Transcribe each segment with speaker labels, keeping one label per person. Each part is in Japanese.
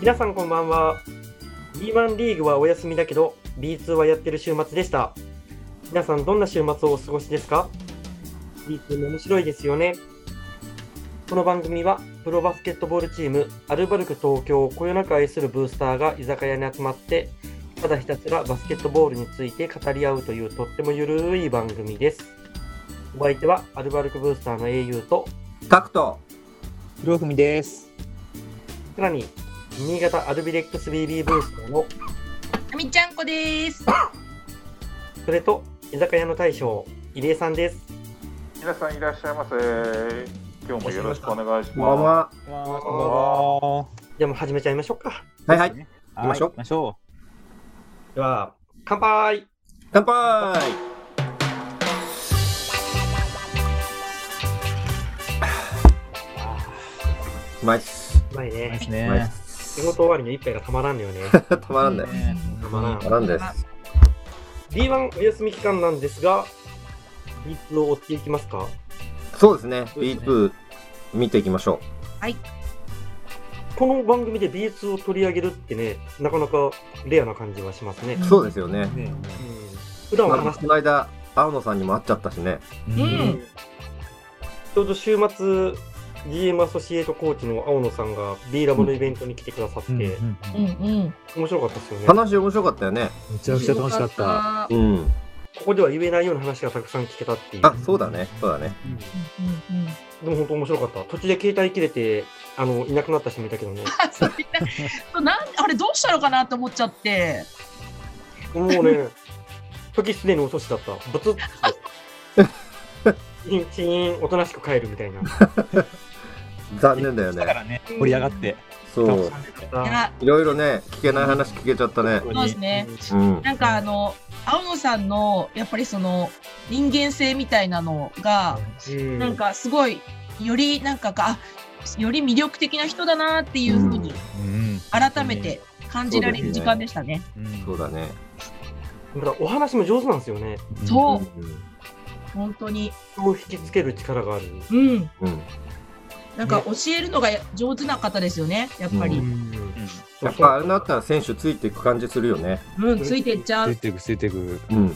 Speaker 1: 皆さんこんばんは B1 リーグはお休みだけど B2 はやってる週末でした皆さんどんな週末をお過ごしですか B2 も面白いですよねこの番組はプロバスケットボールチームアルバルク東京をこよなく愛するブースターが居酒屋に集まってただひたすらバスケットボールについて語り合うというとってもゆるい番組ですお相手はアルバルクブースターの英雄と
Speaker 2: タクト
Speaker 3: ひろふみです。
Speaker 1: さらに新潟アルビレックス BB ブースターの
Speaker 4: あみちゃんこです。
Speaker 1: それと居酒屋の大将入江さんです
Speaker 5: 皆さんいらっしゃいませ。今日もよろしくお願いし
Speaker 2: こんばん
Speaker 5: ま
Speaker 2: は。
Speaker 3: こんばんは。
Speaker 1: じゃあもう始めちゃいましょうか
Speaker 2: はいはい。
Speaker 3: 行きましょう。行きましょ。
Speaker 1: では乾杯
Speaker 2: 乾杯うまいっす。
Speaker 1: うまいう
Speaker 3: いい
Speaker 1: ね
Speaker 3: です
Speaker 2: うまいっ
Speaker 3: ね。
Speaker 1: 仕
Speaker 2: す。
Speaker 1: 事終わりの一杯がたまらんのよね
Speaker 2: たまらんね。
Speaker 3: ね
Speaker 1: たまらん
Speaker 2: たまらんです。
Speaker 1: B1 お休み期間なんですが B2 を追っていきますか
Speaker 2: そうですね。B2 見ていきましょ
Speaker 1: この番組で B2 を取り上げるってねなかなかレアな感じはしますね、
Speaker 2: う。そうですよね。
Speaker 3: ね
Speaker 1: うん普段
Speaker 2: ま
Speaker 1: は
Speaker 2: あ
Speaker 1: 話し
Speaker 2: この間、青野さんにも会っちゃったしね。
Speaker 3: うん
Speaker 4: うん
Speaker 1: ちょうど週末 GM アソシエイトコーチの青野さんが B ラボのイベントに来てくださって、
Speaker 3: うん
Speaker 4: うんうん。
Speaker 1: 面白かったですよねこ
Speaker 2: 話面白かったよね。
Speaker 3: めちゃくちゃ楽しかった。
Speaker 4: た。
Speaker 2: うん。
Speaker 1: こでは言えないような話がたくさん聞けたっていう
Speaker 2: あ、そうだね。そうだね。
Speaker 4: うんうん。
Speaker 1: でも本当面白かった途中で携帯切れてあのいなくなった人もいたけどね
Speaker 4: あ、そうみんななんあれどうしたのかなと思っちゃって。
Speaker 1: もうね 時すでに遅しだったブツッて チンチンおとなしく帰るみたいな
Speaker 2: 残念だよ
Speaker 3: だか
Speaker 2: ね。
Speaker 3: らね、盛り上がって。
Speaker 2: そう。
Speaker 4: いや、
Speaker 2: いろいろね、聞けない話聞けちゃったね。
Speaker 4: そうですね。
Speaker 2: うん。
Speaker 4: なんかあの青野さんのやっぱりその人間性みたいなのが
Speaker 1: うん
Speaker 4: なんかすごいよりなんかあより魅力的な人だなっていうふうに
Speaker 3: うん。
Speaker 4: 改めて感じられる時間でしたね。
Speaker 2: そうだね。
Speaker 1: またお話も上手なんですよね
Speaker 4: そううん本当に。
Speaker 1: 人を引きつける力がある
Speaker 4: うん。
Speaker 2: うん。
Speaker 4: なんか教えるのが上手な方ですよね。やっぱり。
Speaker 2: うやっぱあれになったら選手ついていく感じするよね。
Speaker 4: うん、ついてっちゃ
Speaker 3: つ
Speaker 4: う
Speaker 3: い。てく、ついてく。
Speaker 2: うん。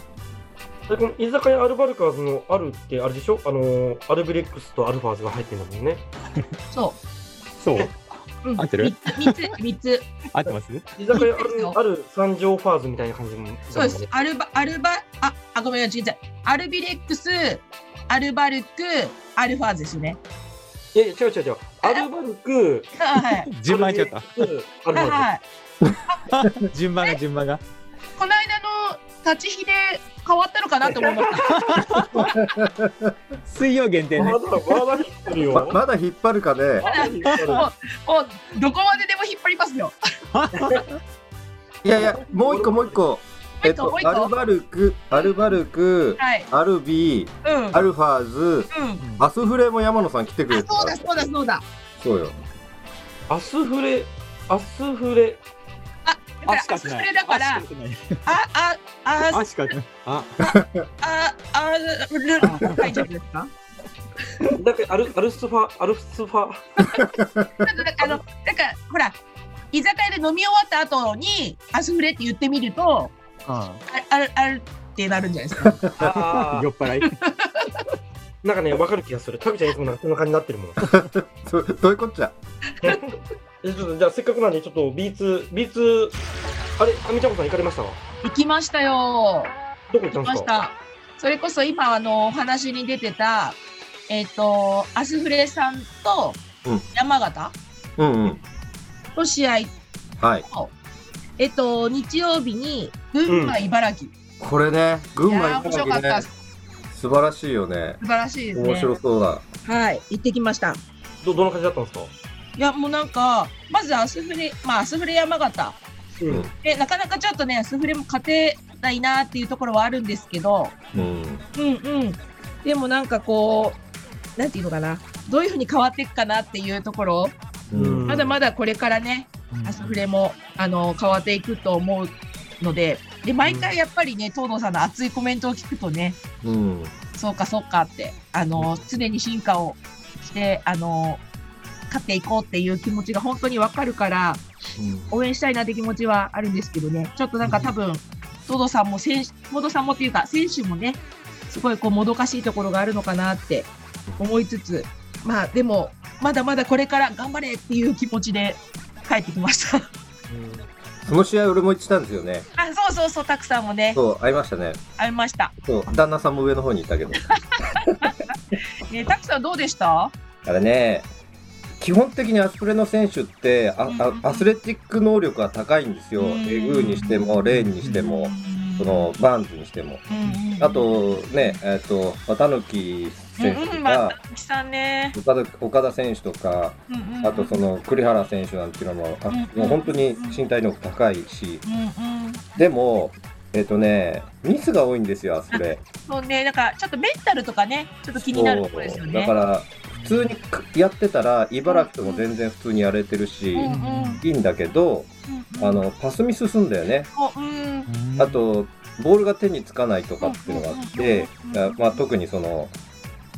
Speaker 1: でこの居酒屋アルバルカーズのあるってあれでしょあのーアルビレックスとアルファーズが入ってるんだもんね。
Speaker 4: そ
Speaker 3: そう。
Speaker 4: う。うん、
Speaker 3: 合ってる
Speaker 4: 三つ、三つ。
Speaker 3: 合ってます
Speaker 1: 居酒屋あ
Speaker 4: そう
Speaker 1: るある三条ファーズみたいな感じも。
Speaker 4: そうです。アルバ、アルバ、あ、あ、ごめんなさい、違う違う。アルビレックス、アルバルク、アルファーズですよね。
Speaker 1: いやいや違う違う違う。アルバルク、
Speaker 4: あはい。
Speaker 3: 順番ちゃっ
Speaker 1: ア
Speaker 3: た。
Speaker 1: ルビレックスアルフ
Speaker 4: は
Speaker 1: ァ
Speaker 4: い
Speaker 1: ー
Speaker 4: はい。
Speaker 3: 順番が、順番が。
Speaker 4: この間の立ち日で変わったのかなと思いました。
Speaker 3: 水曜限定
Speaker 1: ズ。
Speaker 3: ね
Speaker 1: ま。だまだ引っ張るよ。
Speaker 2: ままだ引っ張るかね。
Speaker 1: まだ引っ張る
Speaker 4: もう、どこまででも引っ張りますよ。
Speaker 2: いやいや、もう一個もう一個。えっと
Speaker 4: もう、一個
Speaker 2: アルバルク、アルバルク、
Speaker 4: はい。
Speaker 2: アルビー、
Speaker 4: うん。う
Speaker 2: アルファーズ、
Speaker 4: ん。
Speaker 2: アスフレも山野さん来てく
Speaker 4: あ
Speaker 2: れ、て
Speaker 4: そうだ、
Speaker 2: ら
Speaker 4: そうだ、そうだ。
Speaker 2: そうよ。
Speaker 1: アスフレ、アスフレ、
Speaker 4: だか
Speaker 3: あ
Speaker 4: ら、
Speaker 3: しか
Speaker 4: あ
Speaker 3: し
Speaker 4: そ
Speaker 3: ない。
Speaker 4: れだから、あ、あ、あ、
Speaker 3: あしかしない。あ、
Speaker 4: あ、あ、ル、大丈夫ですか。
Speaker 1: だけアルアルスファ、アルスファ。
Speaker 4: なんかあの、なんか、ほら、居酒屋で飲み終わった後に、アスフレって言ってみると、あある、あるってなるんじゃないですか。
Speaker 1: あ
Speaker 3: 酔っ払い。
Speaker 1: ーなんかね、わかる気がする。タビちゃんいつもなんかそんな感じになってるもん。
Speaker 2: そどういうこっちゃ。
Speaker 1: えちょっとじゃあせっかくなんでちょっと B2、B2、あれ、あみちゃんこさん行かれました
Speaker 4: 行きましたよ。
Speaker 1: どこ行った
Speaker 4: 行き
Speaker 1: んで
Speaker 4: ますし
Speaker 1: か
Speaker 4: た。それこそ今、あの、お話に出てた、えっ、と、アスフレさんと
Speaker 2: うん
Speaker 4: 山形
Speaker 2: うんうん。
Speaker 4: と試合
Speaker 2: はい。
Speaker 4: と、えっ、と、日曜日に、群馬、茨城。
Speaker 2: これね、群
Speaker 4: い
Speaker 2: 馬
Speaker 4: や
Speaker 2: 行
Speaker 4: ー、面
Speaker 2: か
Speaker 4: 白か
Speaker 2: な
Speaker 4: っ
Speaker 2: きゃ
Speaker 4: た。
Speaker 2: ね
Speaker 4: 素。
Speaker 2: 素晴らしいよね。
Speaker 4: 晴らしいですね。
Speaker 2: 面白そうだ。
Speaker 4: はい、行ってきました。
Speaker 1: どどんな感じだったんですか
Speaker 4: いや、もうなんか、まずアスフレ、まあ、アスフレ山形。
Speaker 1: うん
Speaker 4: でなかなかちょっとねスフレも勝てないなっていうところはあるんですけど
Speaker 2: うん。
Speaker 4: うんうんでもなんかこうなんていうのかなどういうふうに変わっていくかなっていうところ
Speaker 2: うん。
Speaker 4: まだまだこれからねアスフレもあの変わっていくと思うのでで毎回やっぱりね東堂さんの熱いコメントを聞くとね
Speaker 2: うん。
Speaker 4: そうかそうかってあの常に進化をしてあの勝っていこうっていう気持ちが本当にわかるから応援したいなって気持ちはあるんですけどね、ちょっとなんか多分、トドさんも選手、トドさんもっていうか、選手もね、すごいこうもどかしいところがあるのかなって思いつつ、まあでも、まだまだこれから頑張れっていう気持ちで帰ってきました。
Speaker 2: その試合俺も行ってたんですよね。
Speaker 4: あ、そうそうそう、たくさんもね、
Speaker 2: そう、会いましたね。
Speaker 4: 会いました。
Speaker 2: そう、旦那さんも上の方にいたけど。
Speaker 4: ね、たくさんどうでした
Speaker 2: あれね、基本的にアスプレの選手って、あ
Speaker 4: うん
Speaker 2: あアスレティック能力が高いんですよ。
Speaker 4: うん
Speaker 2: エグーにしても、レーンにしても、そのバーンズにしても。
Speaker 4: うんうん
Speaker 2: あ、とね、えっ、と、綿貫
Speaker 4: うん
Speaker 2: 選手
Speaker 4: う
Speaker 2: と
Speaker 4: ん、まあ、
Speaker 2: か、
Speaker 4: たくさんね。
Speaker 2: 岡田岡田選手とか、
Speaker 4: うんうんうん
Speaker 2: あとその栗原選手なんていうのも、あ
Speaker 4: うん
Speaker 2: もう本当に身体能力高いし、
Speaker 4: うんうん、
Speaker 2: でも、えっ、とね、ミスが多いんですよ、アスプレ。
Speaker 4: そうね、なんかちょっとメンタルとかね、ちょっと気になるところですよね。
Speaker 2: だから、普通にやってたら、茨城とも全然普通にやれてるし、
Speaker 4: うんうんうん
Speaker 2: いいんだけど、
Speaker 4: うん
Speaker 2: あの、パスミスすんだよね。
Speaker 4: もううん、
Speaker 2: あと、ボールが手につかないとかっていうのがあって
Speaker 4: うん、
Speaker 2: だまあ、特にその、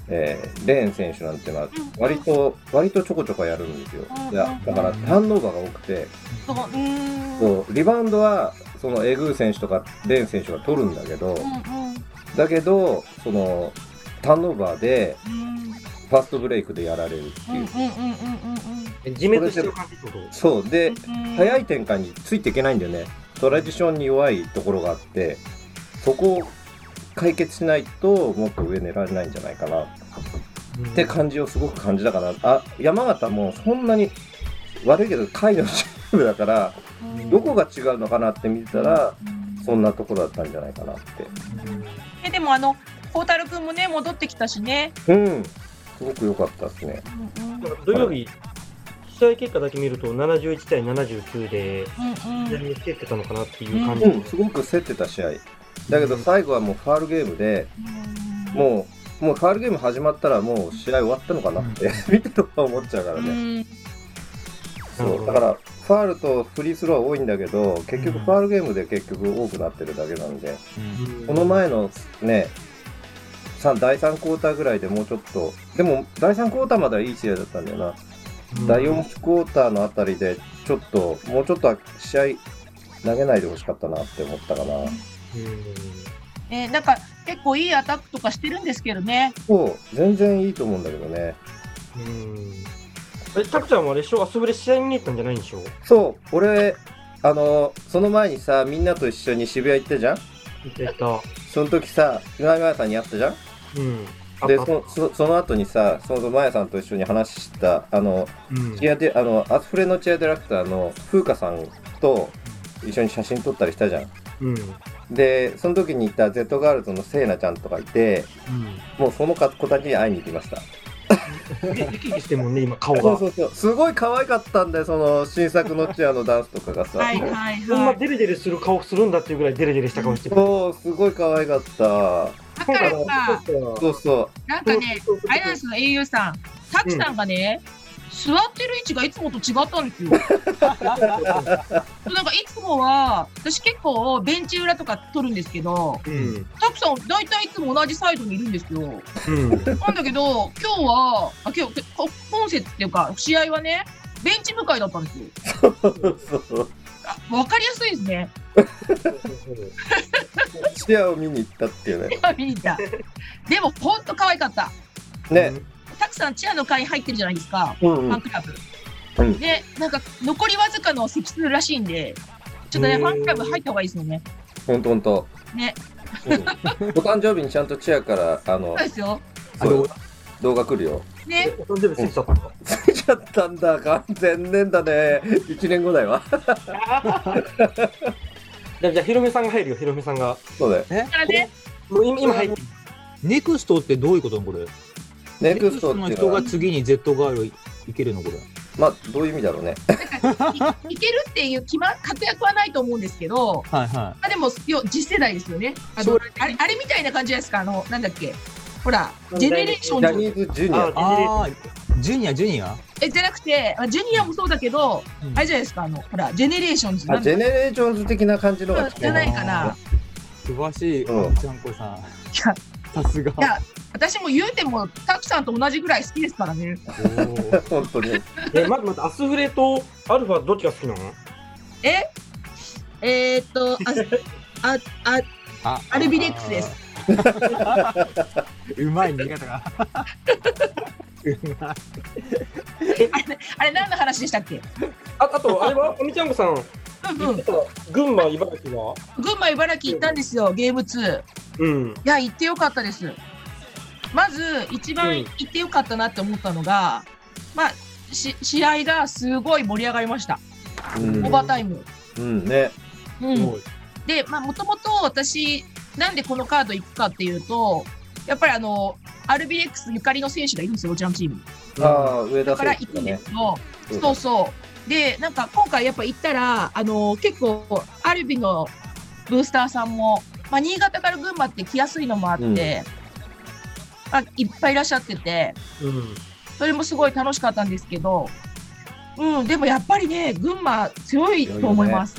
Speaker 2: えーレーン選手なんてのは、割と、割とちょこちょこやるんですよ。いやだから、ターンオーバーが多くて、
Speaker 4: そううん、
Speaker 2: そうリバウンドは、そのエグー選手とかレーン選手が取るんだけど、
Speaker 4: うんうん
Speaker 2: だけど、その、ターンオーバーで、
Speaker 4: うん
Speaker 2: ファーストブレイクでやられるって
Speaker 4: うんうん
Speaker 2: いうう。
Speaker 4: んうんうん
Speaker 1: 自滅してる感じってこと
Speaker 2: そう。で、
Speaker 4: うん
Speaker 2: 早い展開についていけないんだよね。トラディションに弱いところがあって、そこを解決しないと、もっと上狙えないんじゃないかなって感じをすごく感じたかな。あ、山形もそんなに悪いけど、下位のチームだから、
Speaker 4: うん
Speaker 2: どこが違うのかなって見てたら、
Speaker 4: うん
Speaker 2: そんなところだったんじゃないかなって。
Speaker 4: えでもあの孝太郎くんもね戻ってきたしね、
Speaker 2: うん。すごく良かったですね。
Speaker 4: うんうん
Speaker 1: なんか土曜日、試合結果だけ見ると71対79で、
Speaker 4: うんうん
Speaker 1: 左に競ってたのかなっていう感じ、
Speaker 2: うん、すごく競ってた試合。だけど最後はもうファールゲームで、もう、もうファールゲーム始まったらもう試合終わったのかなって、 見てると思っちゃうからね。
Speaker 4: うん
Speaker 2: そう。だから、ファールとフリースローは多いんだけど、結局ファールゲームで結局多くなってるだけなんで、この前のね、さ第3クォーターぐらいでもうちょっと、でも第3クォーターまではいい試合だったんだよな。第4クォーターのあたりで、ちょっと、もうちょっとは試合投げないでほしかったなって思ったかな。
Speaker 4: ねなんか結構いいアタックとかしてるんですけどね。
Speaker 2: そう、全然いいと思うんだけどね。
Speaker 1: え、たくちゃんはあれでしょ遊ぶで試合見に行ったんじゃないんでしょ
Speaker 2: そう、俺、あの、その前にさ、みんなと一緒に渋谷行ったじゃん
Speaker 1: 行った行った。
Speaker 2: その時さ、今井真也さんに会ったじゃん
Speaker 1: うん。
Speaker 2: で
Speaker 1: あ
Speaker 2: そ、そ、その後にさ、その真也さんと一緒に話した、あの、
Speaker 1: うん
Speaker 2: チアで、あの、アスフレのチアディレクターの風花さんと一緒に写真撮ったりしたじゃん。
Speaker 1: うん。うん。
Speaker 2: で、その時にいた Z ガールズのせいなちゃんとかいて、もうその子たちに会いに行きました。
Speaker 1: 生き生きしてんもんね、今顔
Speaker 2: そう
Speaker 1: が
Speaker 2: そ。うそう。すごい可愛かったんだよ、その新作のチアのダンスとかがさ。
Speaker 4: はいはい
Speaker 1: そんな
Speaker 4: はい。
Speaker 1: デレデレする顔するんだっていうぐらいデレデレした顔してる。
Speaker 2: そう、すごい可愛かった。
Speaker 4: だからさ
Speaker 2: そうそう。
Speaker 4: なんかねあれなんですよ、英雄さん。タキさんがね、座ってる位置がいつもと違ったんですよ。 なんかいつもは、私結構ベンチ裏とか取るんですけど、
Speaker 1: うん。
Speaker 4: タキさん大体いつも同じサイドにいるんですけど、なん
Speaker 1: うん。
Speaker 4: だけど、今日は、あ今日、こ本節っていうか、試合はね、ベンチ向かいだったんですよ。
Speaker 2: そう
Speaker 4: あわかりやすいですね。
Speaker 2: チアを見に行ったっていうね。
Speaker 4: 今見に行った。でも、ほんと可愛かった。
Speaker 2: ね。
Speaker 4: タキさん、チアの会入ってるじゃないですか。
Speaker 2: うん
Speaker 4: フ
Speaker 2: う
Speaker 4: ァン
Speaker 2: ん。
Speaker 4: クラブ。
Speaker 2: うん
Speaker 4: で、なんか残りわずかの席数らしいんで、ちょっとね、
Speaker 1: へー
Speaker 4: ファンクラブ入った方がいいですよね。
Speaker 2: ほんとほんと。
Speaker 4: ね、
Speaker 2: お誕生日にちゃんとチアから、あの
Speaker 4: そう、ですよ。
Speaker 2: そう動画来る よ。
Speaker 4: ね、
Speaker 1: お誕生日過ぎちゃったのか。
Speaker 2: ついちゃったんだ。完全年だね。1年後だよ。
Speaker 1: じゃあじゃあ、ヒロミさんが入るよ、ヒロミさんが。
Speaker 2: そうだよ。
Speaker 4: だからね、
Speaker 1: もう今今入ってる。
Speaker 3: ネクストってどういうことこれ
Speaker 2: ネクストって
Speaker 3: ネ
Speaker 2: い
Speaker 3: ク
Speaker 2: う
Speaker 3: ス
Speaker 2: の
Speaker 3: トの人
Speaker 2: は
Speaker 3: が、次に Z ガールいけるのこれ
Speaker 2: まあ、どういう意味だろうね。
Speaker 4: いいけるっていう決ま活躍はないと思うんですけど、
Speaker 3: はいは
Speaker 4: まあでもよ次世代ですよね。あ
Speaker 3: そ
Speaker 4: のあれあれみたいな感じじゃないですか。あのなんだっけ、ほら、ジェネレーショ
Speaker 2: ジ
Speaker 4: ン
Speaker 2: ャ
Speaker 4: ズ
Speaker 2: ニーズジュニア。
Speaker 1: あ
Speaker 3: ああジュニアジュニア
Speaker 4: えじゃなくて、あジュニアもそうだけど、あれじゃないですか。あのほら、ジェネレーションズな
Speaker 2: あ
Speaker 4: ん
Speaker 2: ジ
Speaker 4: だ
Speaker 2: ェネレーションズ的な感じのが
Speaker 4: じゃないかな。
Speaker 3: 詳しい
Speaker 2: うん
Speaker 3: ちゃんこさんさすが
Speaker 4: いや私も言うてもタクさんと同じぐらい好きですからね。
Speaker 3: おー
Speaker 2: 本当に。
Speaker 1: え、まずまず、アスフレとアルファどっちが好きなの
Speaker 4: ええー、っと、あ、あ、あ、
Speaker 3: あ
Speaker 4: アルビレックスです。
Speaker 3: うまい、見方が。うまい。
Speaker 4: あれ何の話でしたっけ
Speaker 1: ああと、あれ は、おみちゃんこさん、
Speaker 4: うんうん。
Speaker 1: 群馬、茨城は
Speaker 4: 群馬、茨城行ったんですよ、ゲーム2。い
Speaker 1: うん。
Speaker 4: や、行ってよかったです。まず、一
Speaker 1: うん
Speaker 4: 番行ってよかったなって思ったのが、まあ、し試合がすごい盛り上がりました。
Speaker 2: うん
Speaker 4: オーバータイム。
Speaker 2: うんね。
Speaker 4: うん。で、まあ、もともと私、なんでこのカード行くかっていうと、やっぱりあの、アルビレックスゆかりの選手がいるんですよ、うちのチーム。
Speaker 2: ああ、上
Speaker 4: だ
Speaker 2: 田
Speaker 4: から
Speaker 2: 選手
Speaker 4: 行
Speaker 2: とか
Speaker 4: くんで
Speaker 2: ね
Speaker 4: す。けど、
Speaker 2: そう
Speaker 4: そ
Speaker 2: だ
Speaker 4: うそう。で、なんか今回やっぱ行ったら、あの結構、アルビのブースターさんも、まあ、新潟から群馬って来やすいのもあって、
Speaker 2: うん
Speaker 4: まあ、いっぱいいらっしゃってて、
Speaker 1: うん。
Speaker 4: それもすごい楽しかったんですけど、うん、でもやっぱりね、群馬強いと思います。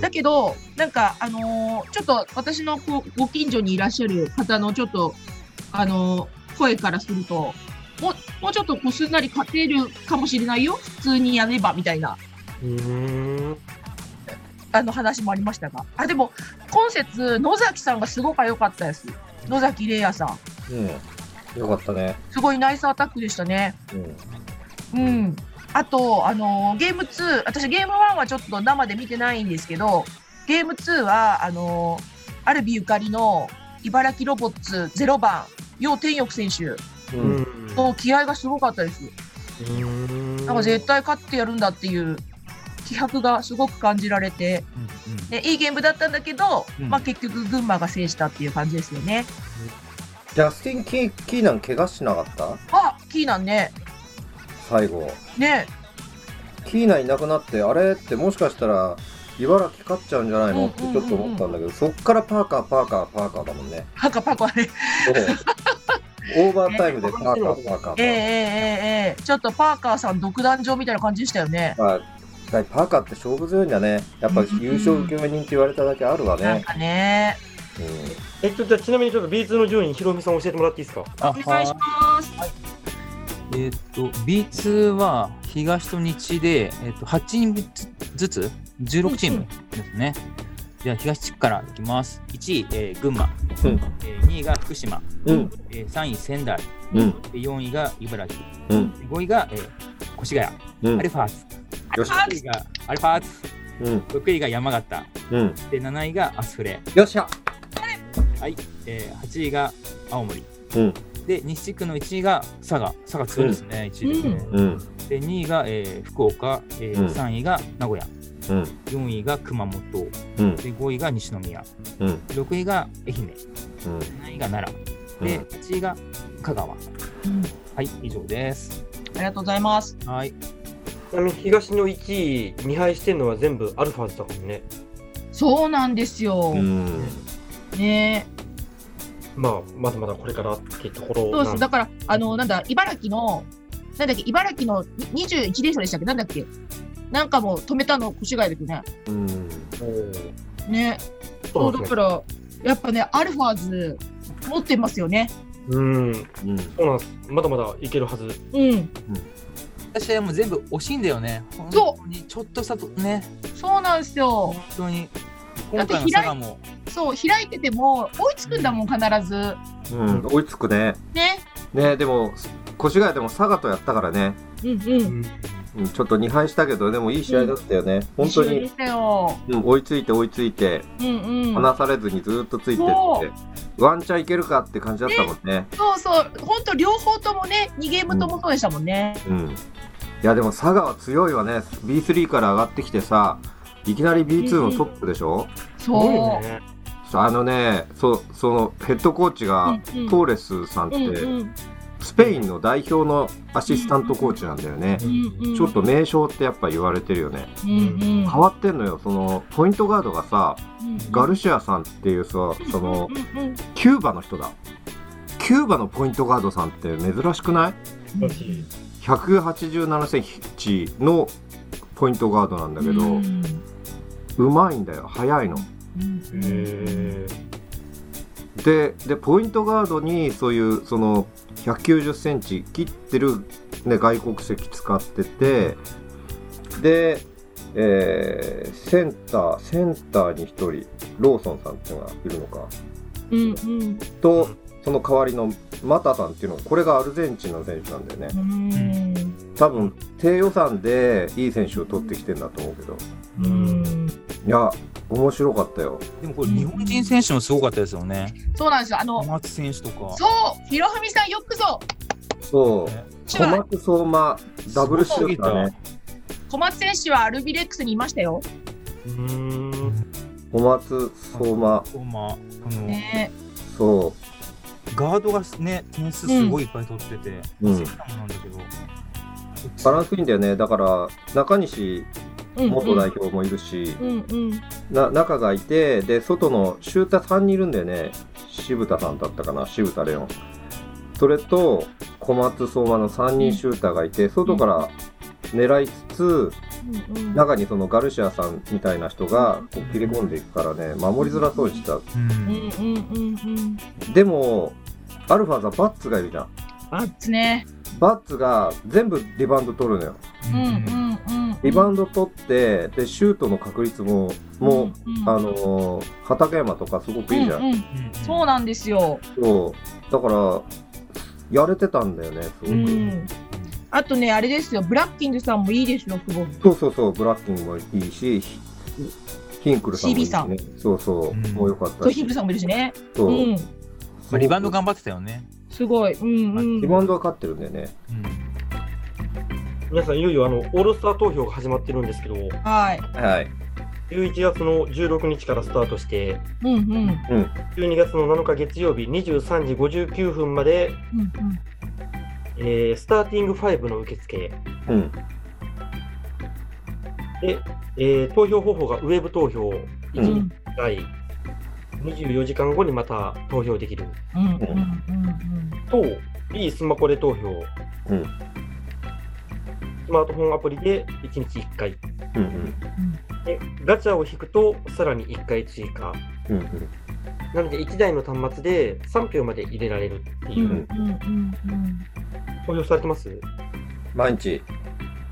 Speaker 4: だけど、なんか、あのーちょっと私のこうご近所にいらっしゃる方のちょっと、あのー声からすると、もうもうちょっとこうすんなり勝てるかもしれないよ、普通にやればみたいな
Speaker 1: うん。
Speaker 4: あの話もありましたが、あでも、今節、野崎さんがすごく良かったです、野崎玲也さん、
Speaker 2: うん。よかったね。
Speaker 4: すごいナイスアタックでしたね。
Speaker 2: うん。
Speaker 4: うんあと、あのーゲーム2、私、ゲーム1はちょっと生で見てないんですけど、ゲーム2は、あのーアルビゆかりの茨城ロボッツ0番、楊天翼選手
Speaker 1: う
Speaker 2: うん。
Speaker 1: ん。
Speaker 4: の気合がすごかったです。
Speaker 1: うん。
Speaker 4: なんか絶対勝ってやるんだっていう気迫がすごく感じられて、ね、いいゲームだったんだけど、
Speaker 3: うん
Speaker 4: まあ、結局、群馬が制したっていう感じですよね。
Speaker 2: ジャスティン・キーキーナン怪我しなかった
Speaker 4: あキーナンね、
Speaker 2: 最後。
Speaker 4: ね、
Speaker 2: キーナいなくなって、あれってもしかしたら、茨城勝っちゃうんじゃないのってちょっと思ったんだけど、そっからパーカー、パーカー、パーカーだもんね。
Speaker 4: パコパコあ れ、
Speaker 2: そうオーバータイムでパーカー、パーカー。パー
Speaker 4: えええ
Speaker 2: カー
Speaker 4: えええちょっとパーカーさん、独壇場みたいな感じでしたよね。
Speaker 2: はいはい、パーカーって勝負強いんだね。やっぱ優勝決め人って言われただけあるわ
Speaker 4: なん
Speaker 2: ね。
Speaker 4: かね、
Speaker 2: う
Speaker 1: えっと、じゃあちなみにちょっと B2 の順位、ひろみさん教えてもらっていいですか
Speaker 3: あ、
Speaker 4: お願いします。
Speaker 3: えーっと B2 は東と西で、えーっと8人ずつ16チームですね。では東地区からいきます。1位、えー群馬、
Speaker 2: うん
Speaker 3: えー2位が福島、
Speaker 2: ん。うん。
Speaker 3: えー3位仙台、
Speaker 2: うん。
Speaker 3: で4位が茨城、
Speaker 2: うん。
Speaker 3: 5位が、えー越谷、
Speaker 2: うん
Speaker 3: アル。ファーズ、
Speaker 2: よし。
Speaker 3: 6位がアルファーズ、
Speaker 2: うん。
Speaker 3: 6位が山形、
Speaker 2: うん。
Speaker 3: で7位がアスフレ、
Speaker 2: よっしゃ。
Speaker 3: はいえー8位が青森、
Speaker 2: うん。
Speaker 3: で西地区の1位が佐賀、佐賀2ですね、1位ですね。
Speaker 2: うん。
Speaker 3: で2位が、えー福岡、えー
Speaker 2: うん
Speaker 3: 3位が名古屋。
Speaker 2: うん。
Speaker 3: 4位が熊本
Speaker 2: うん。
Speaker 3: で5位が西宮
Speaker 2: うん。
Speaker 3: 6位が愛媛
Speaker 2: うん。
Speaker 3: 7位が奈良で
Speaker 2: うん
Speaker 3: 8位が香川はい以上です
Speaker 4: ありがとうございます。
Speaker 3: はい
Speaker 1: ちなみに東の1位、2敗してるのは全部アルファーズだもんね。
Speaker 4: そうなんですよ。
Speaker 2: うん。
Speaker 4: ね
Speaker 1: まあ、まだまだこれからっていうところ
Speaker 4: そう
Speaker 1: な
Speaker 4: で
Speaker 1: ん
Speaker 4: す。だから、あの、なんだ、茨城の、なんだっけ、茨城のに21連勝でしたっけなんだっけなんかもう止めたの越谷ですよね。
Speaker 2: うん。
Speaker 1: うん
Speaker 4: ね。
Speaker 1: そ
Speaker 4: そう
Speaker 1: なん
Speaker 4: う、だ
Speaker 1: です
Speaker 4: か
Speaker 1: ね。
Speaker 4: ら、やっぱね、アルファーズ持ってますよね。
Speaker 1: うん。
Speaker 2: うん。
Speaker 1: そうなんです。まだまだいけるはず。
Speaker 4: うん。
Speaker 3: 私はもう全部惜しいんだよね
Speaker 4: そう
Speaker 3: 本当にちょっとしたとね
Speaker 4: そうなんですよ
Speaker 3: 本。当に
Speaker 4: だ
Speaker 3: 今
Speaker 4: って
Speaker 3: 回の佐賀も
Speaker 4: そう、開いてても、追いつくんだもん、必ず。
Speaker 2: うん。追いつくね。
Speaker 4: ね。
Speaker 2: ねでも、越谷でも佐賀とやったからね。
Speaker 4: うんうん。
Speaker 1: ん。
Speaker 2: うんちょっと2敗したけど、でもいい試合だったよね。本当
Speaker 4: 一緒で
Speaker 2: に、
Speaker 4: したよ。
Speaker 2: うん、追いついて追いついて、
Speaker 4: うんうん。
Speaker 2: 離されずにずっとついてっ
Speaker 4: そ
Speaker 2: て
Speaker 4: う、
Speaker 2: ワンチャンいけるかって感じだったもんね。
Speaker 4: そうそう。本当両方ともね、2ゲームともそうでしたもんね。
Speaker 2: うん。いや、でも佐賀は強いわね。B3 から上がってきてさ、いきなり B2 のトップでしょ、
Speaker 1: すごい
Speaker 4: そう。
Speaker 1: ね。
Speaker 2: あのね、そう、そのヘッドコーチが、
Speaker 4: うんうん
Speaker 2: トーレスさんって、
Speaker 4: うんうん
Speaker 2: スペインの代表のアシスタントコーチなんだよね。
Speaker 4: うんうん
Speaker 2: ちょっと名称ってやっぱ言われてるよね。
Speaker 4: うんうん
Speaker 2: 変わってんのよ。その、ポイントガードがさ、ガル
Speaker 4: シ
Speaker 2: シアさんっていうさ、その、キューバの人だ。キューバのポイントガードさんって珍しくない
Speaker 1: 素晴らしい。
Speaker 2: 187センチのポイントガードなんだけど、うまいんだよ速いの
Speaker 1: へ
Speaker 2: ででポイントガードにそういうその190センチ切ってる、ね、外国籍使っててでえーセンター、センターに1人、ローソンさんっていうのがいるのか、
Speaker 4: うんうん
Speaker 2: と、その代わりのマタさんっていうのが、これがアルゼンチンの選手なんだよね
Speaker 4: う。ん
Speaker 2: 多分低予算でいい選手を取ってきてんだと思うけど、
Speaker 4: うん
Speaker 2: いや、面白かったよ。
Speaker 3: でもこれ日本人選手もすごかったですよね。
Speaker 4: そうなんですよあの
Speaker 3: 小松選手とか。
Speaker 4: そうひろふみさんよくぞ
Speaker 2: そう、小松相馬、ダブルシューターね。
Speaker 4: 小松選手はアルビレックスにいましたよ
Speaker 1: うーん。
Speaker 2: 小松相馬、
Speaker 3: そうまあ、あの、
Speaker 4: ね
Speaker 2: そ
Speaker 3: ガードがね、点数すごいいっぱい取ってて、
Speaker 2: うん
Speaker 3: センターもなんだけど、
Speaker 2: う、バランスいいんだよね。だから、中西
Speaker 4: うんうん
Speaker 2: 元代表もいるし、
Speaker 4: うんうん
Speaker 2: な中がいて、で、外のシューター3人いるんだよね。渋田さんだったかな、渋田レオン。それと、小松相馬の3人シューターがいて、外から狙いつつ、
Speaker 4: うん
Speaker 2: 中にそのガルシアさんみたいな人がこう切り込んでいくからね、守りづらそうにした。
Speaker 3: うん
Speaker 4: うんうんうんうん
Speaker 2: でも、アルファーザバッツがいるじゃん。
Speaker 4: バッツね
Speaker 2: バッツが全部リバウンド取るのよ。
Speaker 4: うんうんうんうん
Speaker 2: リバウンド取って、で、シュートの確率も、もう、
Speaker 4: うんうん
Speaker 2: あのー畠山とかすごくいいじゃん。
Speaker 4: うんうんそうなんですよ
Speaker 2: そうだからやれてたんだよねすごく、
Speaker 4: うんあとねあれですよブラッキングさんもいいですよすごく
Speaker 2: そうそうそうブラッキングもいいしヒヒンクルさんもいいし、ね
Speaker 4: CB、
Speaker 2: そうそう、
Speaker 3: うん
Speaker 2: もうよかっ
Speaker 4: そう
Speaker 2: た
Speaker 4: ヒ
Speaker 2: し
Speaker 4: ブさんもいるしね
Speaker 2: そうう、
Speaker 4: ん
Speaker 3: まあリバウンド頑張ってたよね。
Speaker 4: すごいうんうん
Speaker 2: リバウンドは勝ってるんだよね
Speaker 3: うん
Speaker 1: 皆さん、いよいよあのオールスター投票が始まってるんですけど、11
Speaker 4: はい
Speaker 2: はい
Speaker 1: 月の16日からスタートして、
Speaker 4: うんうんうんうん
Speaker 1: 12月の7日月曜日23時59分まで、えースターティング5の受付
Speaker 2: うん
Speaker 1: で、えー投票方法がウェブ投票、
Speaker 2: う
Speaker 1: 1
Speaker 2: ん
Speaker 1: 日1回、24時間後にまた投票できる、
Speaker 4: うんうんうん
Speaker 1: と、B スマホで投票、
Speaker 2: うん
Speaker 1: スマートフォンアプリで1日1回、
Speaker 2: うんうん
Speaker 1: でガチャを引くとさらに1回追加。
Speaker 2: うんうん
Speaker 1: なので1台の端末で3票まで入れられるって
Speaker 4: う
Speaker 1: い
Speaker 4: ん
Speaker 1: う、
Speaker 4: うんうんうん
Speaker 1: 投票されてます
Speaker 2: 毎日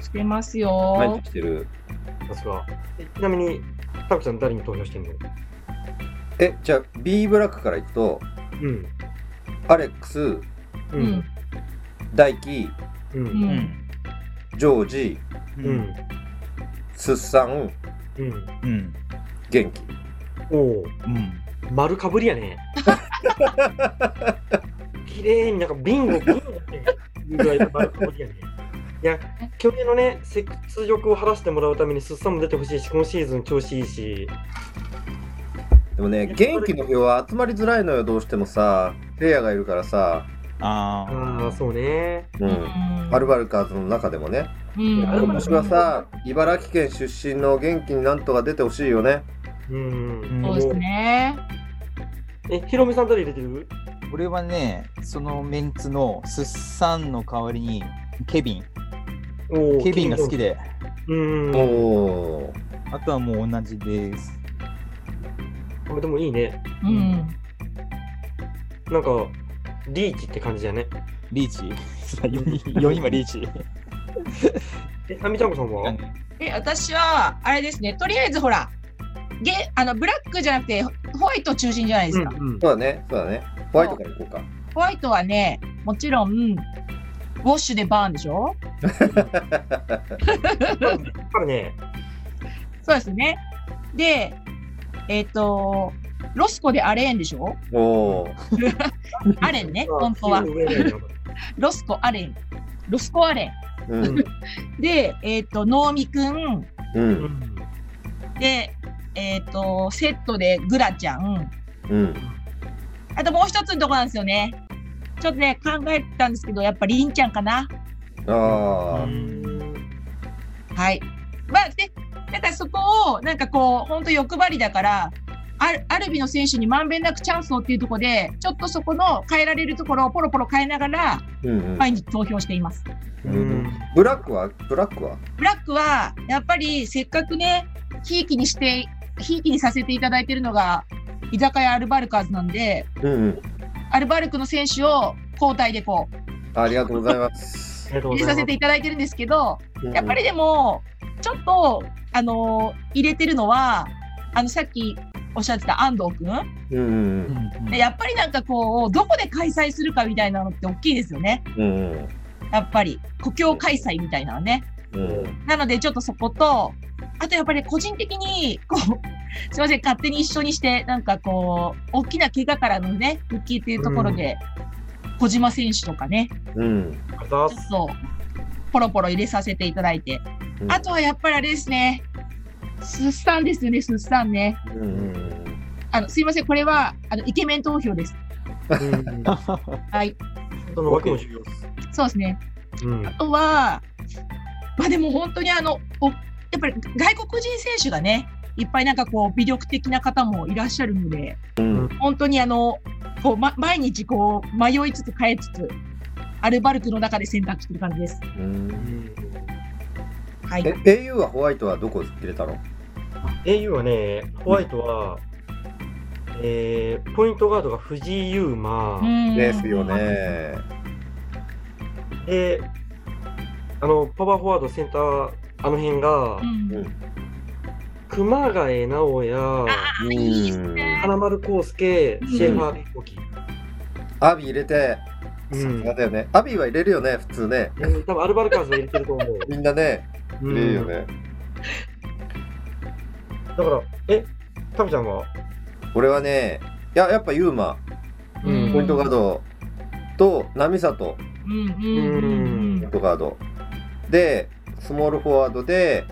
Speaker 4: してます
Speaker 2: 毎
Speaker 4: よ
Speaker 2: 日してる
Speaker 1: 私は。えちなみに、タクちゃん誰に投票してんの
Speaker 2: えじゃあ B ブラックからいくと
Speaker 1: うん。
Speaker 2: アレックス
Speaker 1: う
Speaker 4: うんん。
Speaker 2: 大輝
Speaker 1: う。
Speaker 4: うん
Speaker 3: うん
Speaker 2: ジョージ
Speaker 1: うんん。
Speaker 2: すっさん
Speaker 1: うん。
Speaker 3: うん
Speaker 2: 元気
Speaker 1: おおー、
Speaker 3: うん
Speaker 1: 丸かぶりやね。綺麗になんかビンゴ、ビンゴっていうぐらいの丸かぶりやね。いや、去年のね、雪辱を晴らしてもらうために、すっさんも出てほしいし、今シーズン調子いいし、
Speaker 2: でもね元気の日は集まりづらいのよどうしてもさフェアがいるからさ
Speaker 3: あ
Speaker 1: ああ、
Speaker 3: う。
Speaker 1: そうね。
Speaker 2: うんアルバルカーズの中でもね、
Speaker 4: うん
Speaker 1: アルバル
Speaker 2: 今年
Speaker 1: カ
Speaker 2: はさ、茨城県出身の元気になんとか出てほしいよね。
Speaker 1: うん。
Speaker 3: うん
Speaker 4: そうですね
Speaker 1: え、ヒロミさん誰入れてる
Speaker 3: 俺はね、そのメンツのすっさんの代わりに、ケビン。
Speaker 1: おー
Speaker 3: ケビンが好き。で、
Speaker 1: うん。
Speaker 2: おおー、
Speaker 3: あとはもう同じです。
Speaker 1: あでもいいね。
Speaker 4: うん
Speaker 1: なんか、リーチって感じだね。
Speaker 3: リ ーチ ?4 人、四人はリーチ。
Speaker 1: え、アミちゃんこさんは
Speaker 4: え私はあれですねとりあえずほらげあのブラックじゃなくてホワイト中心じゃないですか、
Speaker 1: うんうん
Speaker 2: そうだね、そうだね。ホワイトからいこうか。
Speaker 4: ホワイトはねもちろんウォッシュでバーンでしょ
Speaker 1: だからね、
Speaker 4: そうですねでえっ、とロスコでアレーンでしょ
Speaker 2: おおー、
Speaker 4: アレンね
Speaker 1: まあ
Speaker 4: 本当は
Speaker 1: チーム上だよね
Speaker 4: ロスコアレンロスコアレ
Speaker 2: う
Speaker 1: うん
Speaker 2: ん、
Speaker 4: ンでえっ、と能見くん
Speaker 2: う、
Speaker 1: うんん
Speaker 4: で、えっ、と、セットでグラちゃん。
Speaker 2: うん。
Speaker 4: あともう一つのとこなんですよね。ちょっとね、考えたんですけど、やっぱりりんちゃんかな。
Speaker 2: ああ、
Speaker 4: はい。まあ、で、だからそこを、なんかこう、ほんと欲張りだから、アルアルビの選手にまんべんなくチャンスをっていうところで、ちょっとそこの変えられるところをポロポロ変えながら、
Speaker 2: うん、うん。
Speaker 4: 毎日投票しています。
Speaker 2: うんブラックは、ブラックは。
Speaker 4: ブラックは、やっぱりせっかくね、ひいきにして、ひいきにさせていただいてるのが、居酒屋アルバルカーズなんで、
Speaker 2: うん、うん。
Speaker 4: アルバルクの選手を交代でこう
Speaker 2: ありがとうございます。
Speaker 1: ありがとうご
Speaker 4: 入
Speaker 1: ざいま
Speaker 4: れさ
Speaker 1: す
Speaker 4: せていただいてるんですけど、
Speaker 2: うん
Speaker 4: やっぱりでも、ちょっと、あのー入れてるのは、あの、さっきおっしゃってた安藤くん。
Speaker 2: うんうん
Speaker 4: でやっぱりなんかこう、どこで開催するかみたいなのって大きいですよね。
Speaker 2: うんうん
Speaker 4: やっぱり、故郷開催みたいなのね。
Speaker 2: うん
Speaker 4: なので、ちょっとそこと、あとやっぱり個人的に、こう、すいません、勝手に一緒にして、なんかこう、大きな怪我からのね、復帰っていうところで、小島選手とかね、
Speaker 2: うん
Speaker 1: ざっ
Speaker 4: ちょ
Speaker 1: す
Speaker 4: っと、ポロポロ入れさせていただいて、
Speaker 2: うん
Speaker 4: あとはやっぱりあれですね、すっさんですよね、すっさんね。
Speaker 2: うんうん
Speaker 4: あの、すいません、これは、あの、イケメン投票です。
Speaker 1: うん
Speaker 4: はい。
Speaker 1: その枠も重要です。
Speaker 4: そうですね。
Speaker 1: うん。
Speaker 4: あとは、まあでも本当にあの、おやっぱり外国人選手がね、いっぱいなんかこう、魅力的な方もいらっしゃるので、
Speaker 2: うん
Speaker 4: 本当にあの、こう、ま、毎日こう、迷いつつ変えつつ、アルバルクの中で選択してる感じです。
Speaker 2: うん
Speaker 4: はい。
Speaker 2: え au はホワイトはどこ入れたの
Speaker 1: au はね、ホワイトは、えー、ポイントガードが藤井優馬、
Speaker 4: ん
Speaker 2: ですよ。ね
Speaker 1: で、あの、パワーフォワード、センター、あの辺が
Speaker 4: う、ん。
Speaker 1: 熊谷直哉、
Speaker 4: あいいですね
Speaker 1: 花丸康介、
Speaker 4: うん
Speaker 1: シェーファー・ビコキ。
Speaker 2: アビー入れて
Speaker 1: う
Speaker 2: なん
Speaker 1: ん
Speaker 2: だよねアビーは入れるよね普通ね
Speaker 1: うん。多分アルバルカーズは入れてると思う。
Speaker 2: みんなね
Speaker 1: う
Speaker 2: 入
Speaker 1: ん
Speaker 2: れるよね
Speaker 1: だから、え、タムちゃんは
Speaker 2: 俺はねいややっぱユーマ
Speaker 1: うん
Speaker 2: ポイントガードと波里
Speaker 4: うんうんうん
Speaker 2: ポイントガードでスモールフォワードで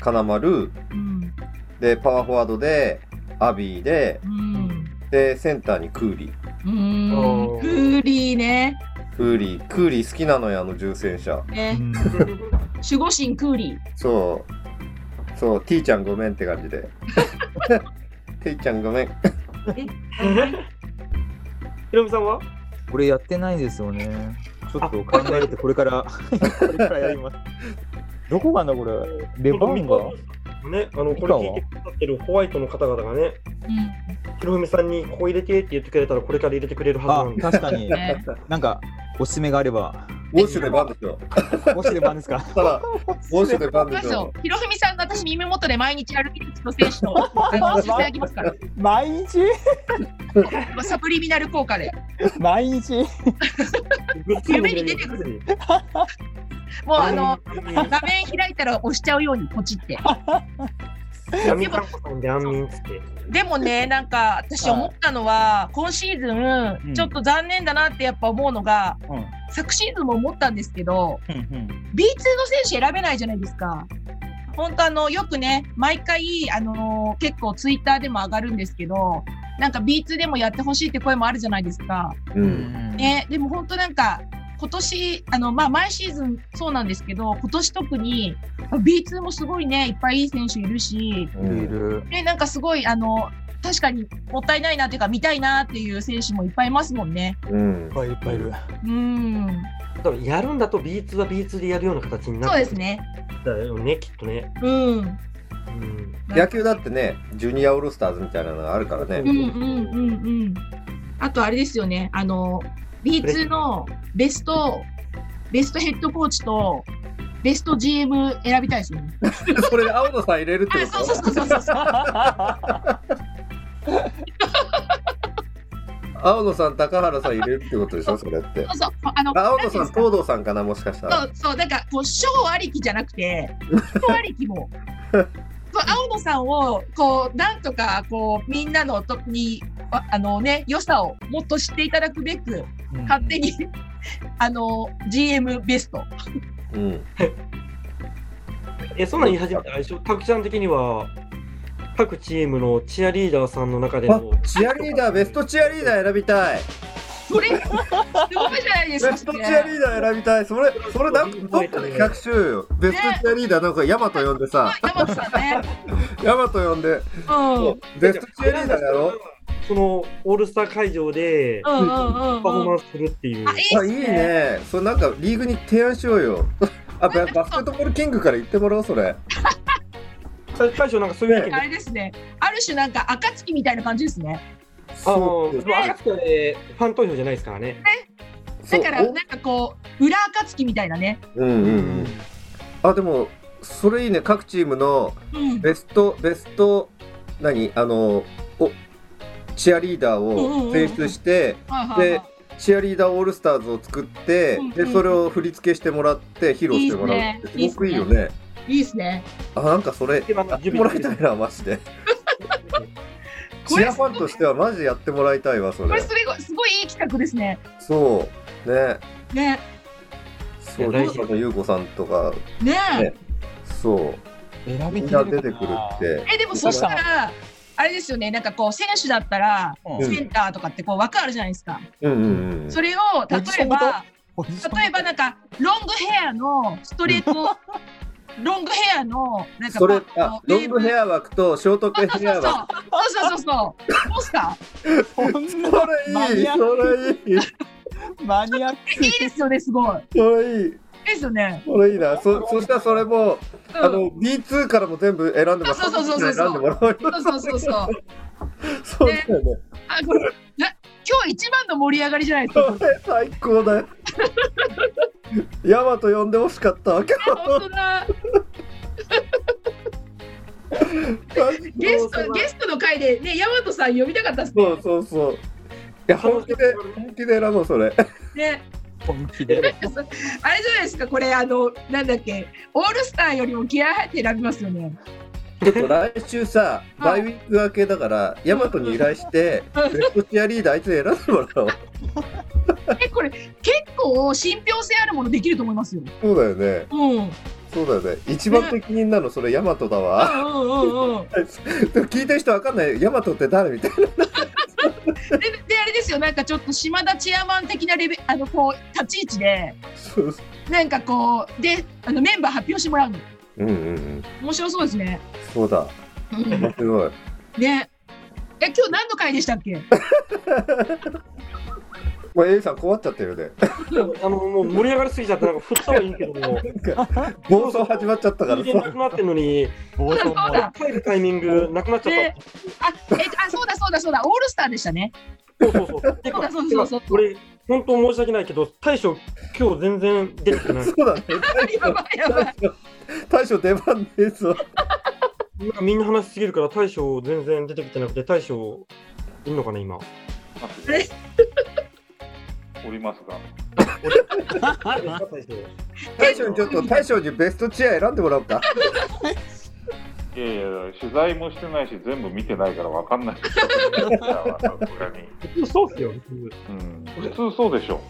Speaker 2: 金丸
Speaker 4: うん
Speaker 2: でパワーフォワードでアビーで
Speaker 4: うん
Speaker 2: でセンターにクーリー
Speaker 4: うんクーリーね
Speaker 2: クーリークーリー好きなのよあの重戦車
Speaker 4: ね守護神クーリー
Speaker 2: そうそう T ちゃんごめんって感じ で T ちゃんごめん
Speaker 1: ひろみさんは
Speaker 6: これやってないんですよね。ちょっと考え てこれから、これからやります。どこかなこれ。レバンガ
Speaker 1: ね、あの、これ聞いてくださってるホワイトの方々がね、ひろみさんにここ入れてって言ってくれたら、これから入れてくれるはず
Speaker 6: あ
Speaker 1: なん、で。
Speaker 6: 確かに
Speaker 4: ね。
Speaker 6: なんか、おすすめがあれば。
Speaker 2: ウォッシュでバンでしょ
Speaker 6: もしレバン ですか
Speaker 2: ただウォッシュでバン
Speaker 4: そう
Speaker 2: でし
Speaker 4: そ
Speaker 2: ょ
Speaker 4: うひろふみさんが私耳元で毎日歩き口と選手 とあのしていただきますから
Speaker 6: 毎日
Speaker 4: サプリミナル効果で
Speaker 6: 毎日
Speaker 4: 夢に出てく
Speaker 1: る。
Speaker 4: もうあの画面開いたら押しちゃうようにポチって
Speaker 1: 闇かんこさんで安眠っつって。
Speaker 4: でもねなんか私思ったのは今シーズ
Speaker 6: う
Speaker 4: ン
Speaker 6: ん
Speaker 4: ちょっと残念だなってやっぱ思うのが
Speaker 6: うん。
Speaker 4: 昨シーズンも思ったんですけど
Speaker 6: うん。
Speaker 4: B2 の選手選べないじゃないですか。本当あのよくね毎回あの結構ツイッターでも上がるんですけどなんか B2 でもやってほしいって声もあるじゃないですか。
Speaker 2: う
Speaker 6: うんん。
Speaker 4: ね、でも本当なんか今年あの、まあ、毎シーズンそうなんですけど今年特に B2 もすごいねいっぱいいい選手いるし、
Speaker 2: う
Speaker 6: いるい
Speaker 2: ん
Speaker 6: る。
Speaker 4: ね、なんかすごいあの確かにもったいないなっていうか見たいなっていう選手もいっぱいいますもんね。
Speaker 2: うん
Speaker 6: いっぱいいっぱいいる。
Speaker 4: うん
Speaker 1: 多分やるんだと B2 は B2 でやるような形にな
Speaker 4: そう
Speaker 1: る
Speaker 4: ですね。
Speaker 1: んだよね、きっとね。
Speaker 4: うん、
Speaker 1: うん。
Speaker 2: 野球だってねジュニアオールスターズみたいなのがあるから
Speaker 1: う
Speaker 4: うん
Speaker 2: ね
Speaker 4: うんうんうん。あとあれですよね、あの B2 のベストベストヘッドコーチとベスト GM 選びたいですよね。
Speaker 2: それで青野さん入れるって
Speaker 4: あ、
Speaker 2: こ
Speaker 4: そ
Speaker 2: と
Speaker 4: うそうそうそうそう。
Speaker 2: 青野さん高原さん入れるってことでしょそれって
Speaker 4: そうそうあの
Speaker 2: あ青
Speaker 4: な
Speaker 2: 野
Speaker 4: んてい
Speaker 2: さ
Speaker 4: うんですか
Speaker 2: 東堂さんかなもしかした
Speaker 4: そ
Speaker 2: ら
Speaker 4: うそうなんかこう賞ありきじゃなくて人ありきも。そう青野さんをこうなんとかこうみんなのとにああのね良さをもっと知っていただくべく勝手にあの GM ベスト。
Speaker 2: うん
Speaker 1: え、そんなん言い始めたら、一緒タクちゃん的には、各チームのチアリーダーさんの中で
Speaker 2: あ
Speaker 1: の、
Speaker 2: チアリーダーベストチアリーダー選びたい
Speaker 4: それすごいじゃないで
Speaker 2: ベ
Speaker 4: すか。
Speaker 2: ストチアリーダー選びたいそれそれなんかどっかで企画しようよベストチアリーダーなんかヤマト呼んでさ
Speaker 4: 山本さんね。
Speaker 2: ヤマト呼んで
Speaker 4: うん。うん
Speaker 2: ベストチアリーダーやろう
Speaker 1: その、オールスター会場で、パ
Speaker 4: うん
Speaker 1: フォー
Speaker 4: うんう
Speaker 1: マ
Speaker 4: ん。
Speaker 1: ンスするっていう。
Speaker 4: あ、いいです
Speaker 2: あいい
Speaker 4: ね。
Speaker 2: ねそれなんかリーグに提案しようよあババスケットボールキングから言ってもらおうそれ
Speaker 1: 会会場なんかそういう意見
Speaker 4: あれですね。ある種なんか暁みたいな感じですね。
Speaker 1: あ
Speaker 2: そ
Speaker 1: の、
Speaker 2: う
Speaker 1: その赤塚でファン投票じゃないですからね。
Speaker 2: そ
Speaker 4: だ
Speaker 2: う
Speaker 4: からなんかこう裏暁みたいなね。
Speaker 2: おうんうんうんあでもそれいいね、各チームの
Speaker 4: うん
Speaker 2: ベスト、ベスト、何、あの、おチアリーダーを選出して、
Speaker 4: はいはい
Speaker 2: で
Speaker 4: は、
Speaker 2: チアリーダーオールスターズを作って
Speaker 4: うん、う
Speaker 2: で、
Speaker 4: ん
Speaker 2: それを振り付けしてもらって、披露してもらうって、
Speaker 4: いいっすね
Speaker 2: すごくいいよね。
Speaker 4: い。いいですね。
Speaker 2: あ、なんかそれ、
Speaker 1: でもあの
Speaker 2: やってもらいたいな、マジ で。チアファンとしてはマジやってもらいたいわ、そ
Speaker 4: これ
Speaker 2: れ
Speaker 4: す。ごいすごいいい企画ですね。
Speaker 2: そう。ね。
Speaker 4: ね
Speaker 2: そう、
Speaker 1: いや
Speaker 2: 大事の優子さんとか、
Speaker 4: ね
Speaker 2: ねそう。
Speaker 6: 選
Speaker 2: み
Speaker 6: び
Speaker 2: ん
Speaker 6: き
Speaker 2: な
Speaker 6: れ
Speaker 2: 出てくる
Speaker 6: かな
Speaker 2: って。
Speaker 4: えでもそしたらあれですよね。なんかこう選手だったら
Speaker 6: うん
Speaker 2: うん
Speaker 4: センターとかってこう枠あるじゃないですか。
Speaker 2: うんうんうん。
Speaker 4: それを
Speaker 6: ポ
Speaker 4: 例
Speaker 6: ジショ
Speaker 4: え
Speaker 6: ンごと
Speaker 4: ば
Speaker 6: ポジション
Speaker 4: 例えばなんかロングヘアのストレ ート、ロングヘアのなんか
Speaker 2: それ
Speaker 4: ま
Speaker 2: あロングヘ
Speaker 4: ア
Speaker 2: ア枠とショート
Speaker 4: そう
Speaker 2: ヘア枠。
Speaker 4: そうそうそうそうそうどう した
Speaker 6: そんな
Speaker 2: それいい、
Speaker 6: マニアッ
Speaker 2: それいい、
Speaker 6: マニアック
Speaker 4: いいですよねすごい
Speaker 2: それいい、
Speaker 4: いいですよね、
Speaker 2: それいいな。そそしたらそれも、
Speaker 4: うん、
Speaker 2: あの B2 からも全部選んでもら
Speaker 4: そうそうそうそう
Speaker 2: 選んでもらおうよ。
Speaker 4: そうそうそうそう
Speaker 2: そうだよね。
Speaker 4: あこれな今日一番の盛り上がりじゃないですか
Speaker 2: それ最高だよ。ヤマト呼んでほしかったわけ。
Speaker 4: 本当だゲストゲストの回でねヤマトさん呼びたかったです
Speaker 2: そうそうそう。いや本気で本気で選ぼうそれ。
Speaker 4: ね
Speaker 3: 本気で。
Speaker 4: あれじゃないですかこれあのなんだっけオールスターよりも気合入って選びますよね
Speaker 2: ちょっと来週さ、
Speaker 4: は
Speaker 2: バ
Speaker 4: い
Speaker 2: イウィーク明けだから、ヤマトに依頼して、ベストチアリーダーあいつ選んでもらおう。
Speaker 4: えこれ結構信憑性あるものできると思いますよ。
Speaker 2: そうだよね。
Speaker 4: うん。うんうん
Speaker 2: そうだよね。一番適任なの、それヤマトだわ。
Speaker 4: うんうん。
Speaker 2: でも聞いてる人わかんない。ヤマトって誰みたいな。
Speaker 4: でであれですよなんかちょっと島田チアマン的なレベあのこう立ち位置で
Speaker 2: そうそ
Speaker 4: なんかこうであのメンバー発表してもらうの
Speaker 2: う。うんうんうん。
Speaker 4: 面白そうですね。
Speaker 2: そうだ。
Speaker 4: うん
Speaker 2: 面白い。
Speaker 4: ね。え今日何の回でしたっけ？
Speaker 2: これ A さん困っちゃってるね。
Speaker 1: あのもう盛り上がりすぎちゃってなんか振ったはいいけども
Speaker 2: 暴走始まっちゃったから
Speaker 1: 全然な
Speaker 2: さ。
Speaker 1: くなってんのに
Speaker 6: 暴
Speaker 4: あそ
Speaker 6: 走
Speaker 4: う
Speaker 6: も
Speaker 4: だ。
Speaker 1: 帰るタイミングなくなっちゃっ
Speaker 4: であえあそうだそうだそうだオールスターでしたね。
Speaker 1: たそうそうそうて
Speaker 4: そう
Speaker 1: か
Speaker 4: だそう
Speaker 1: て
Speaker 4: そ
Speaker 1: か
Speaker 4: うそう。
Speaker 1: 俺本当申し訳ないけど大将今日全然出てこ ない
Speaker 2: そうだね。
Speaker 4: やばいやばい。
Speaker 2: 大将出番ねえぞ。
Speaker 1: なんかみんな話しすぎるから大将全然出てきてなくて大将いんのかな今
Speaker 5: おりますが。
Speaker 2: 大将にちょっと、大将にベストチア選んでもらおうか。
Speaker 5: いやいや、取材もしてないし、全部見てないからわかんないですよ。さすがに。
Speaker 1: そうっすよ
Speaker 5: うん。普通そうでしょ。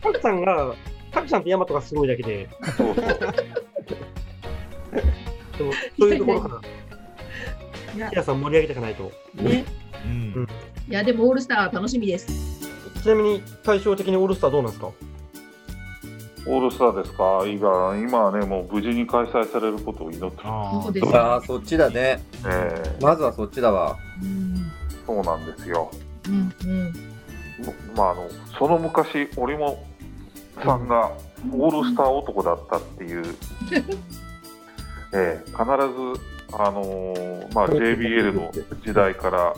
Speaker 1: タクさんがタクさんとヤマトがすごいだけで
Speaker 5: そうそう。
Speaker 1: でもそういうところか
Speaker 4: いや
Speaker 1: ら皆さん盛り上げていかないと
Speaker 4: ね。
Speaker 3: うん
Speaker 1: うん
Speaker 4: いやでもオールスターは楽しみです。
Speaker 1: ちなみに対照的にオールスターどうなんですか
Speaker 5: オールスターですか、いいか、今はね、もう無事に開催されることを祈ってま
Speaker 3: あ
Speaker 4: そう
Speaker 3: ー
Speaker 4: です。
Speaker 2: ああ、そっちだね。
Speaker 5: す、ええ
Speaker 2: まずはそっちだわ。
Speaker 4: うん
Speaker 5: そうなんですよ。
Speaker 4: うんうん。
Speaker 5: まあ、あの、その昔、俺もさんがオールスター男だったっていう。ええ必ず、あのーまあ、JBL の時代から。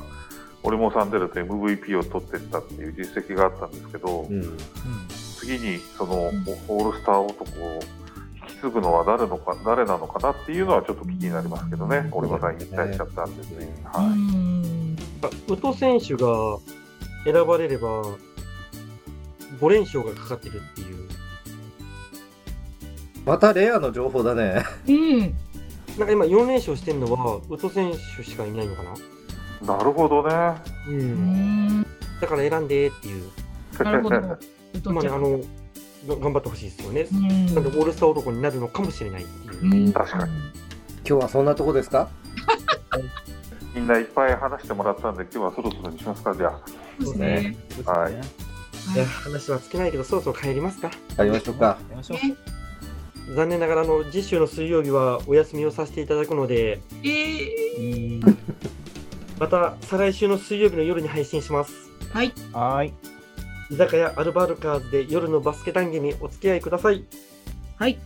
Speaker 5: 俺もサンデルと MVP を取ってったっていう実績があったんですけど、
Speaker 2: うん。
Speaker 5: 次にそのオールスター男を引き継ぐのは誰のか誰なのかなっていうのはちょっと気になりますけどね、俺は引退しちゃったんですね。はい
Speaker 4: うん
Speaker 1: 宇都選手が選ばれれば5連勝がかかってるっていう
Speaker 2: またレアの情報だね。
Speaker 4: うん。
Speaker 1: なんか今4連勝してるのは宇都選手しかいないのかな
Speaker 5: なるほどね。
Speaker 1: う
Speaker 4: うんん。
Speaker 1: だから選んでっていう
Speaker 4: なるほど。
Speaker 1: まあね、あのが頑張ってほしいですよね。
Speaker 4: うん
Speaker 1: なんでオールスター男になるのかもしれないっていう。
Speaker 4: うん
Speaker 5: 確かに。
Speaker 2: 今日はそんなとこですか
Speaker 5: みんないっぱい話してもらったんで、今日はそろそろにしますか、じゃ
Speaker 4: そうですね。
Speaker 5: はい
Speaker 3: や
Speaker 1: いや話は尽きないけど、そろそろ帰りますか。
Speaker 2: やりましょうか。
Speaker 3: りましょう。
Speaker 1: 残念ながら、あの次週の水曜日はお休みをさせていただくので、
Speaker 4: えー
Speaker 1: また再来週の水曜日の夜に配信します。
Speaker 4: はい。
Speaker 6: はーい
Speaker 1: 居酒屋アルバルカーズで夜のバスケ談義にお付き合いください。
Speaker 4: はい。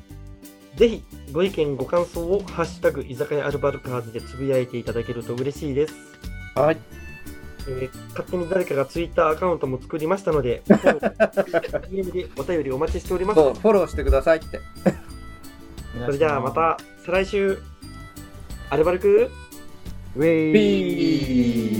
Speaker 1: ぜひご意見、ご感想をハッシュタグ居酒屋アルバルカーズでつぶやいていただけると嬉しいです。
Speaker 2: はい。
Speaker 1: えー勝手に誰かがツイッターアカウントも作りましたので、DM でお便りお待ちしております。
Speaker 2: そう、フォローしてくださいって。
Speaker 3: お願いします
Speaker 1: それじゃあまた再来週アルバルク
Speaker 3: ウェイ
Speaker 2: ピー